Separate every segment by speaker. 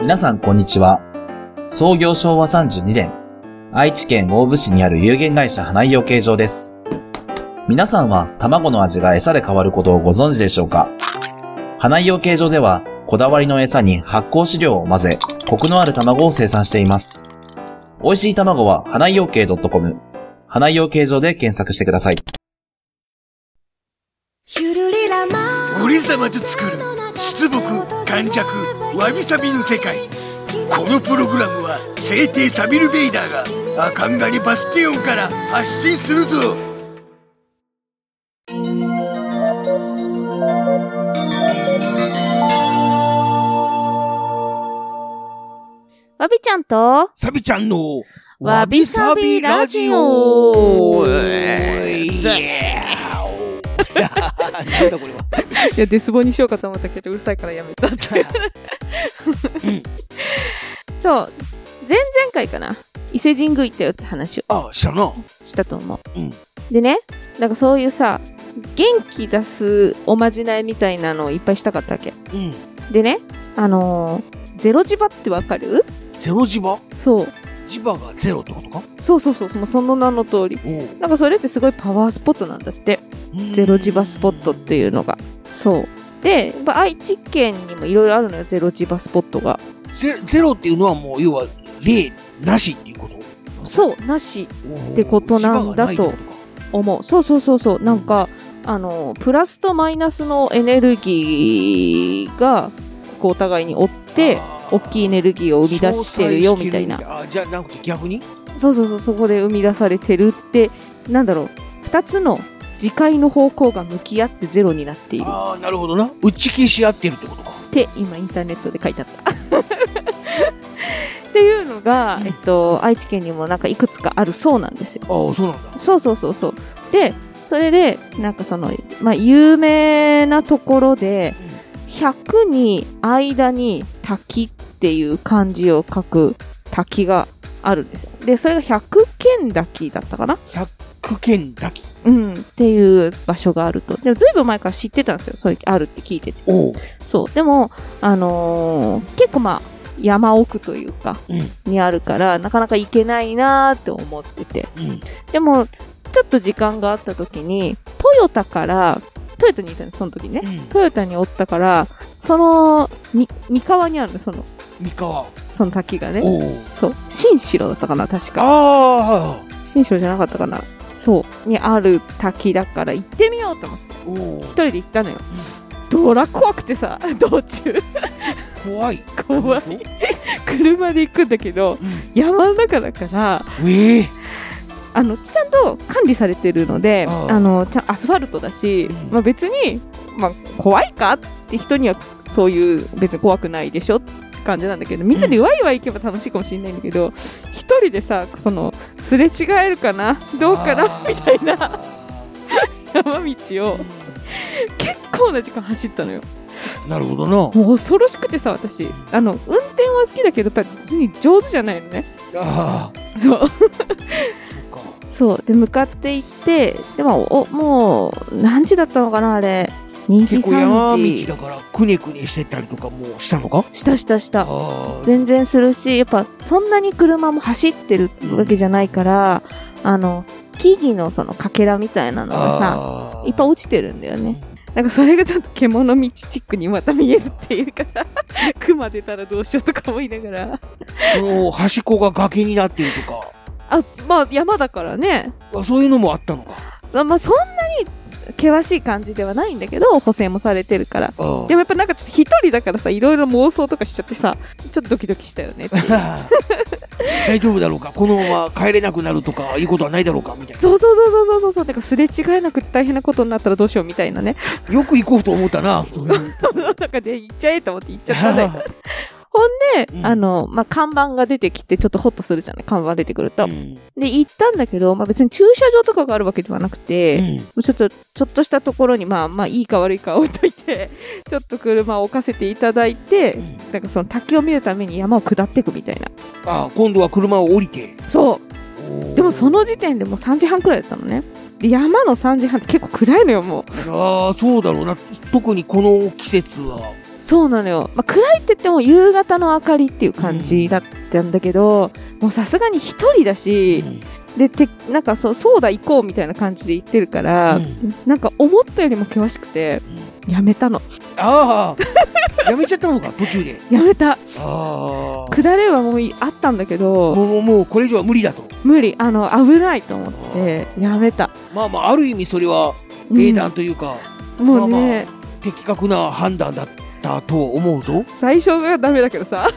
Speaker 1: 皆さんこんにちは。創業昭和32年、愛知県大府市にある有限会社花井養鶏場です。皆さんは卵の味が餌で変わることをご存知でしょうか花井養鶏場では、こだわりの餌に発酵飼料を混ぜ、コクのある卵を生産しています。美味しい卵は花井養鶏 .com、花井養鶏場で検索してください。
Speaker 2: 俺様と作る出木感弱わびさびの世界このプログラムは聖帝サビル・ベイダーがアカンガリバスティオンから発信するぞ
Speaker 3: わびちゃんと、
Speaker 2: サビちゃんの
Speaker 3: わびさびラジオ
Speaker 2: なんだこれはい
Speaker 3: や、デスボにしようかと思ったけど、うるさいからやめたって。そう、前々回かな。伊勢神宮行ったよって話を
Speaker 2: あしたな
Speaker 3: したと思う。
Speaker 2: うん
Speaker 3: でね、なんかそういうさ、元気出すおまじないみたいなのをいっぱいしたかったわけ。
Speaker 2: うん
Speaker 3: でね、あのーゼロ磁場ってわかる
Speaker 2: ゼロ磁場
Speaker 3: そう。
Speaker 2: 磁場がゼロってことか
Speaker 3: そうそうそうそう、もうその名の通り。
Speaker 2: おう
Speaker 3: なんかそれってすごいパワースポットなんだって。ゼロ磁場スポットっていうのがそうでやっぱ愛知県にもいろいろあるのよゼロ磁場スポットが
Speaker 2: ゼゼロっていうのはもう要は例なしっていうこと
Speaker 3: そうなし
Speaker 2: おう
Speaker 3: ってことなんだと
Speaker 2: 磁場がないってこ
Speaker 3: 思うそうそうそうそうなんかあのプラスとマイナスのエネルギーがこうお互いに追っ
Speaker 2: と
Speaker 3: て
Speaker 2: かあー
Speaker 3: 大きいエネルギーを生み出してるよみたいな
Speaker 2: あじゃなくて逆に
Speaker 3: そうそうそうそこで生み出されてるってなんだろう2つの磁界の方向が向き合ってゼロになっているっ
Speaker 2: ああなるほどな打ち消し合ってるってことか
Speaker 3: て今インターネットで書いてあった っていうのが、えっと、愛知県にもなんかいくつかあるそうなんですよ
Speaker 2: ああそうなんだ
Speaker 3: そうそうそうそうでそれでなんかその、まあ、有名なところで100に間に滝っていう漢字を書く滝があるんですよでそれが百軒滝だったかな
Speaker 2: 百軒滝
Speaker 3: うんっていう場所があるとでもずいぶん前から知ってたんですよそういうあるって聞いてて
Speaker 2: おう
Speaker 3: そうでもあのー結構まあ山奥というか
Speaker 2: うん
Speaker 3: にあるからなかなか行けないなーって思ってて
Speaker 2: うん
Speaker 3: でも、ちょっと時間があった時に、トヨタから、トヨタにいたんです、その時ね
Speaker 2: う。ん
Speaker 3: トヨタにおったから、その、み、三河にあるの、その、
Speaker 2: 三河
Speaker 3: その滝がね。
Speaker 2: おう
Speaker 3: そう。新城だったかな、確か。
Speaker 2: ああ
Speaker 3: 新城じゃなかったかな。そう。にある滝だから行ってみようと思って、
Speaker 2: おう
Speaker 3: 一人で行ったのよ。ドラ怖くてさ、 道中、
Speaker 2: 怖い
Speaker 3: 怖い。車で行くんだけど、
Speaker 2: うん
Speaker 3: 山の中だから、
Speaker 2: ええ
Speaker 3: あのちゃんと管理されてるので
Speaker 2: あ
Speaker 3: あ
Speaker 2: あ
Speaker 3: のちゃんアスファルトだし、
Speaker 2: うん
Speaker 3: まあ、別に、まあ、怖いかって人にはそういう別に怖くないでしょって感じなんだけどみんなでワイワイ行けば楽しいかもしれないんだけど一人でさそのすれ違えるかなどうかなみたいな
Speaker 2: あ
Speaker 3: 山道を結構な時間走ったのよ
Speaker 2: ーなるほどな
Speaker 3: もう恐ろしくてさ私あの運転は好きだけどやっぱり別に上手じゃないのね
Speaker 2: ああ
Speaker 3: そう
Speaker 2: そうか
Speaker 3: そうで向かって行ってでもおもう何時だったのかなあれ2時
Speaker 2: 結構山
Speaker 3: 3時
Speaker 2: 道だからくねくねしてたりとかもしたのか
Speaker 3: したしたした
Speaker 2: あ
Speaker 3: 全然するしやっぱそんなに車も走ってるわけじゃないから、あの木々のそのかけらみたいなのがさ
Speaker 2: さ
Speaker 3: いっぱい落ちてるんだよねなんかそれがちょっと獣道チックにまた見えるっていうかさ 熊出たらどうしようとか思いながら
Speaker 2: その端っこが崖になってるとか
Speaker 3: あまあ山だからね
Speaker 2: あそういうのもあったのか
Speaker 3: そ,、まあ、そんなに険しい感じではないんだけど補正もされてるから
Speaker 2: あ
Speaker 3: でもやっぱなんかちょっと一人だからさいろいろ妄想とかしちゃってさちょっとドキドキしたよねっていう
Speaker 2: 大丈夫だろうかこのまま帰れなくなるとかいいことはないだろうかみたい
Speaker 3: そうそうそうそうそうそうそうだからすれ違えなくて大変なことになったらどうしようみたいなね
Speaker 2: なよく行こうと思ったなそういう
Speaker 3: なんかで行っちゃえと思って行っ ちゃったんだよほんで、
Speaker 2: うん
Speaker 3: あの、まあ、看板が出てきて、ちょっとホッとするじゃない看板出てくると。
Speaker 2: うん
Speaker 3: で、行ったんだけど、まあ、別に駐車場とかがあるわけではなくて、
Speaker 2: う
Speaker 3: も
Speaker 2: ん
Speaker 3: うちょっと、ちょっとしたところに、まあ、まあ、いいか悪いか置いといて、 ちょっと車を置かせていただいて、
Speaker 2: うん
Speaker 3: なんかその滝を見るために山を下っていくみたいな。
Speaker 2: あ今度は車を降りて
Speaker 3: そう。でもそ
Speaker 2: の
Speaker 3: の時点でもう3時半くらいだったのねで山の3時半って結構暗いのよもう
Speaker 2: あーそうだろうな特にこの季節は
Speaker 3: そうなのよ、まあ、暗いって言っても夕方の明かりっていう感じだったんだけど、もうさすがに一人だし、でてなんかそうそうだ行こうみたいな感じで行ってるから、
Speaker 2: うん
Speaker 3: なんか思ったよりも険しくてやめたの
Speaker 2: ああ やめちゃったのか途中で
Speaker 3: やめた
Speaker 2: ああ
Speaker 3: 下れはもういあったんだけど
Speaker 2: もうもうこれ以上は無理だと
Speaker 3: 無理あの危ないと思ってやめた、
Speaker 2: まあまあある意味それは
Speaker 3: うん
Speaker 2: 英断というか、
Speaker 3: もうね、
Speaker 2: 的確な判断だったと思うぞ
Speaker 3: 最初がダメだけどさ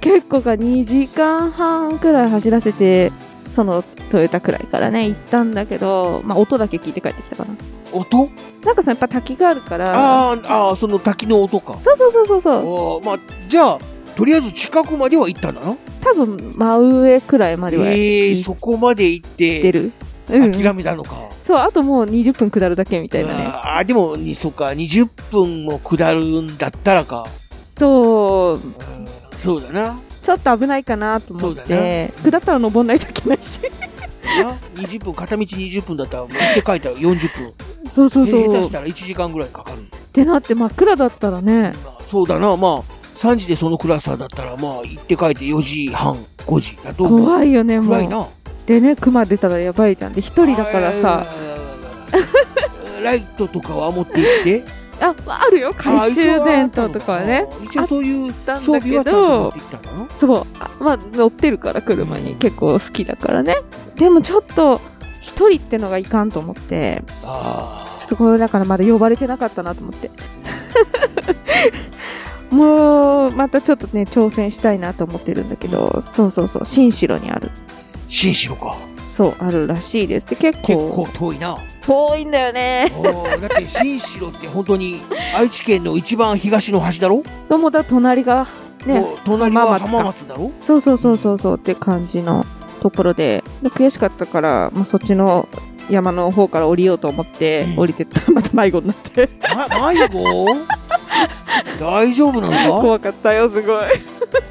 Speaker 3: 結構が2時間半くらい走らせてそのトヨタくらいからね行ったんだけど、まあ、音だけ聞いて帰ってきたかな
Speaker 2: 音
Speaker 3: なんかさやっぱ滝があるから
Speaker 2: あーあーその滝の音か
Speaker 3: そうそうそうそうそう
Speaker 2: あーまあじゃあとりあえず近くまでは行ったんだな
Speaker 3: 多分真上くらいまでは
Speaker 2: ええ
Speaker 3: 行
Speaker 2: そこまで行っ
Speaker 3: って
Speaker 2: て
Speaker 3: る、うん、
Speaker 2: 諦めたのか、
Speaker 3: そうあともう20分下るだけみたいなね
Speaker 2: あーでもにそうか20分も下るんだったらか、
Speaker 3: そう
Speaker 2: うんそうだな
Speaker 3: ちょっと危ないかなと思っ
Speaker 2: そうだ
Speaker 3: て、下ったら登んないといけないし
Speaker 2: な20分片道20分だったらもう行って書いたら40分
Speaker 3: そうそうそう、
Speaker 2: 下手したら1時間ぐらいかかる、
Speaker 3: ってなって真っ暗だったらね
Speaker 2: まあそうだなまあ3時でそのクラスターだったらまあ行って帰って4時半5時だと
Speaker 3: 怖いよねも
Speaker 2: 暗いうな
Speaker 3: でね熊出たらやばいじゃんで一人だからさ
Speaker 2: あーライトとかは持って行って
Speaker 3: ああるよ 懐中電灯とかはね
Speaker 2: あ一応そういう
Speaker 3: たんだ
Speaker 2: 装
Speaker 3: けど
Speaker 2: 備はちゃんと持って行ったんだな
Speaker 3: そうあまあ乗ってるから車に結構好きだからねでもちょっと一人ってのがいかんと思って
Speaker 2: あ
Speaker 3: ちょっとこれだからまだ呼ばれてなかったなと思って もうまたちょっとね挑戦したいなと思ってるんだけどそうそうそう新城にある
Speaker 2: ー新城か
Speaker 3: そうあるらしいですで結
Speaker 2: 結構
Speaker 3: 構
Speaker 2: 遠いな
Speaker 3: 遠いんだよね
Speaker 2: おーだって新城って本当に愛知県の一番東の端だろ、
Speaker 3: ともだ隣がね
Speaker 2: もう隣は浜松だろ
Speaker 3: そうそうそうそうそうって感じのところでで悔しかったから、まあ、そっちの山の方から降りようと思って
Speaker 2: うん
Speaker 3: 降りてったら また迷子になって
Speaker 2: ま、迷子大丈夫なの か
Speaker 3: 怖かったよすごい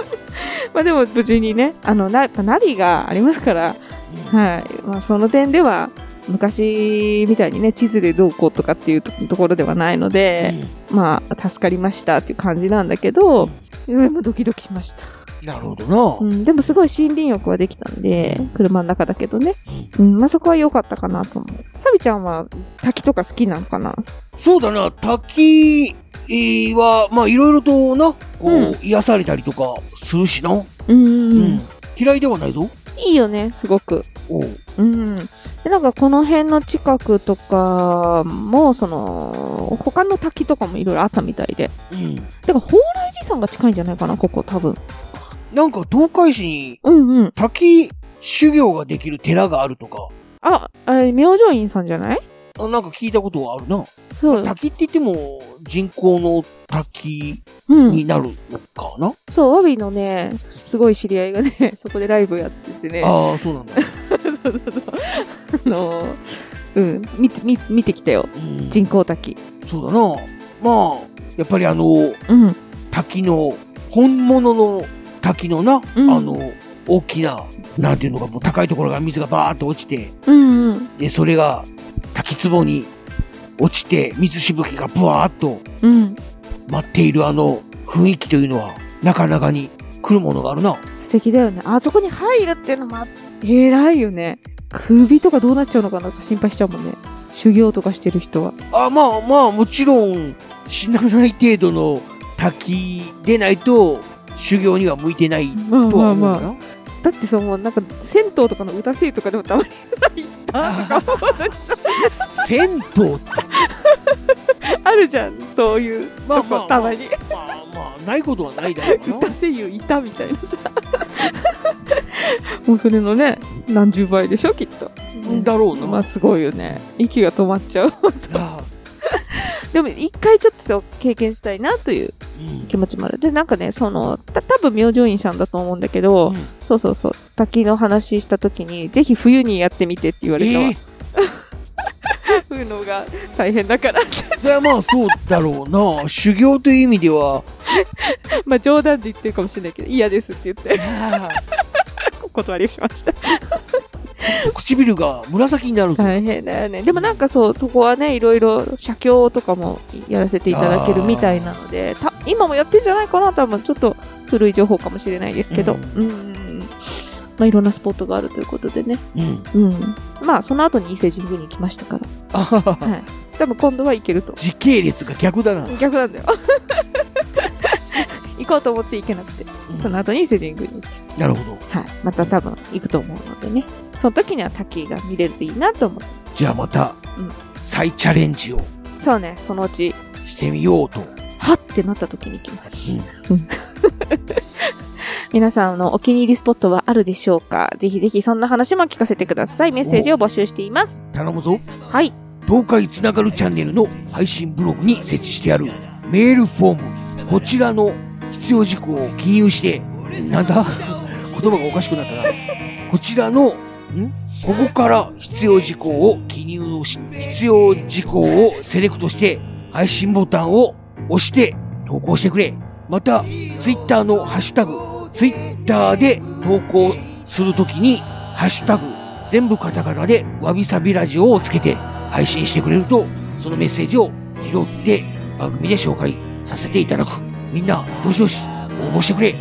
Speaker 3: まあでも無事にねあのなやっぱナビがありますから、はいまあ、その点では昔みたいにね地図でどうこうとかっていうとところではないので、まあ助かりましたっていう感じなんだけど、うん、もうドキドキしました
Speaker 2: なるほど
Speaker 3: う
Speaker 2: な、
Speaker 3: ん、でもすごい森林浴はできたんで、車の中だけどね。うん、まあそこは良かったかなと思う。サビちゃんは滝とか好きなのかな
Speaker 2: そうだな滝はまあいろいろとなこう、
Speaker 3: うん
Speaker 2: 癒されたりとかするしな、
Speaker 3: うん、
Speaker 2: うん嫌いではないぞ
Speaker 3: いいよね、すごく。
Speaker 2: おう
Speaker 3: うん。で、なんかこの辺の近くとかも、その、他の滝とかもいろいろあったみたいで。
Speaker 2: うん
Speaker 3: てか、蓬莱寺山が近いんじゃないかな、ここ多分。
Speaker 2: なんか東海市に
Speaker 3: うんうん。
Speaker 2: 滝修行ができる寺があるとか
Speaker 3: あ、あれ、明星院さんじゃない
Speaker 2: あなんか聞いたことはあるな
Speaker 3: そう。
Speaker 2: 滝って言っても人工の滝
Speaker 3: うん。
Speaker 2: になるのかな、
Speaker 3: そう、ワビのね、すごい知り合いがね、 そこでライブやっててね。
Speaker 2: ああそうなんだ、
Speaker 3: そうそうそう。あのーうん、見て、見見てきたよ。
Speaker 2: うん
Speaker 3: 人工滝。
Speaker 2: そうだなまあやっぱりあの
Speaker 3: うん。
Speaker 2: 滝の本物の滝のな、
Speaker 3: うん
Speaker 2: あの大きななんていうのかもう高いところから水がバーッと落ちて
Speaker 3: うんうん。
Speaker 2: でそれが滝壺に落ちて水しぶきがブワーッと
Speaker 3: うん。
Speaker 2: 舞っているあの雰囲気というのはなかなかに来るものがあるな
Speaker 3: 素敵だよね。あそこに入るっていうのも、偉いよね。首とかどうなっちゃうのかなとか心配しちゃうもんね。修行とかしてる人は。
Speaker 2: あまあまあもちろん死なない程度の滝でないと修行には向いてない
Speaker 3: まあ
Speaker 2: と
Speaker 3: ま
Speaker 2: は
Speaker 3: あ
Speaker 2: 思うな、
Speaker 3: まあ。だってさ、もうなんか、銭湯とかの歌声とかでもたまにさ、行ったとかも
Speaker 2: 銭湯って
Speaker 3: あるじゃん。そういうとこ、
Speaker 2: まあまあ
Speaker 3: たまに。
Speaker 2: まあまあないことはないだろうな
Speaker 3: 歌声優いたみたいなさ もうそれのね何十倍でしょきっと
Speaker 2: んだろうな
Speaker 3: まあすごいよね息が止まっちゃう
Speaker 2: ああ
Speaker 3: でも一回ちょっと経験したいなという気持ちもあるでなんかねそのた多分明星院さんだと思うんだけど、
Speaker 2: うん
Speaker 3: そうそうそう先の話した時にぜひ冬にやってみてって言われたわ、
Speaker 2: ええ
Speaker 3: 冬のが大変だからって
Speaker 2: それはまあそうだろうな修行という意味で は
Speaker 3: まあ冗談で言ってるかもしれないけど嫌ですって言って
Speaker 2: ああ
Speaker 3: お断りしました
Speaker 2: 唇が紫になるんです よ、
Speaker 3: 大変だよねでもなんかそうそこはねいろいろ写経とかもやらせていただけるみたいなのでた今もやってんじゃないかな多分ちょっと古い情報かもしれないですけど
Speaker 2: う
Speaker 3: うんうんまあいろんなスポットがあるということでね
Speaker 2: うん、
Speaker 3: うんまあその後に伊勢神宮に行きましたから
Speaker 2: あははは
Speaker 3: はい多分今度は行けると
Speaker 2: 時系列が逆だな、
Speaker 3: 逆なんだよ 行こうと思って行けなくてその後に伊勢神宮に行って
Speaker 2: なるほど
Speaker 3: はいまた多分行くと思うのでねその時には滝が見れるといいなと思ってます
Speaker 2: じゃあまた、
Speaker 3: うん
Speaker 2: 再チャレンジを
Speaker 3: そうねそのうち
Speaker 2: してみようと、
Speaker 3: はってなった時に行きます。皆さんのお気に入りスポットはあるでしょうかぜひぜひそんな話も聞かせてください。メッセージを募集しています。
Speaker 2: 頼むぞ
Speaker 3: はい。
Speaker 2: 東海つながるチャンネルの配信ブログに設置してあるメールフォームこちらの必要事項を記入してなんだ 言葉がおかしくなったなこちらのんここから必要事項を記入し必要事項をセレクトして配信ボタンを押して投稿してくれまたツイッターのハッシュタグツイッターで投稿するときにハッシュタグ全部カタカナでわびさびラジオをつけて配信してくれるとそのメッセージを拾って番組で紹介させていただくみんなどしどし応募してくれ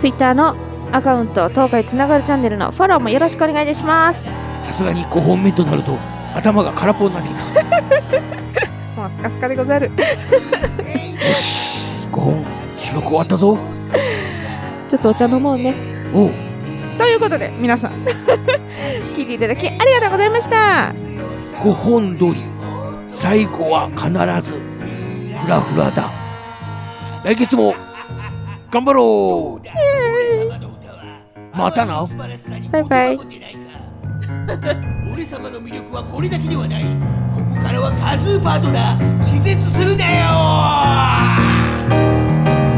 Speaker 3: Twitter のアカウント、東海つながるチャンネルのフォローもよろしくお願いいたします。
Speaker 2: さすがに5本目となると頭が空っぽになっていた
Speaker 3: もうスカスカでござる。
Speaker 2: よし5本収録終わったぞ
Speaker 3: ちょっとお茶飲もうね。
Speaker 2: おう
Speaker 3: ということで、皆さん、 聞いていただきありがとうございました。
Speaker 2: 5本撮り最後は必ずフラフラだ来月も頑張ろうまたな
Speaker 3: バイバイ。
Speaker 4: 俺様の魅力はこれだけではないここからは多数パートナー気絶するなよ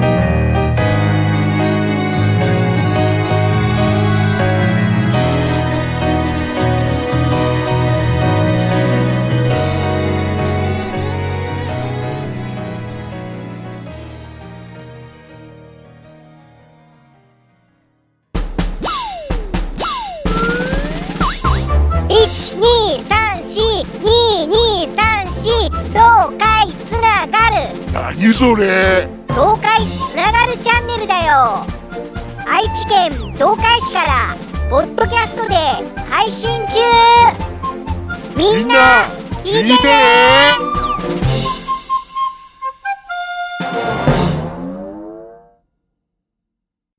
Speaker 5: 12342234東海つながる
Speaker 4: 何それ
Speaker 5: 東海つながるチャンネルだよ愛知県東海市からポッドキャストで配信中みんな聞いてね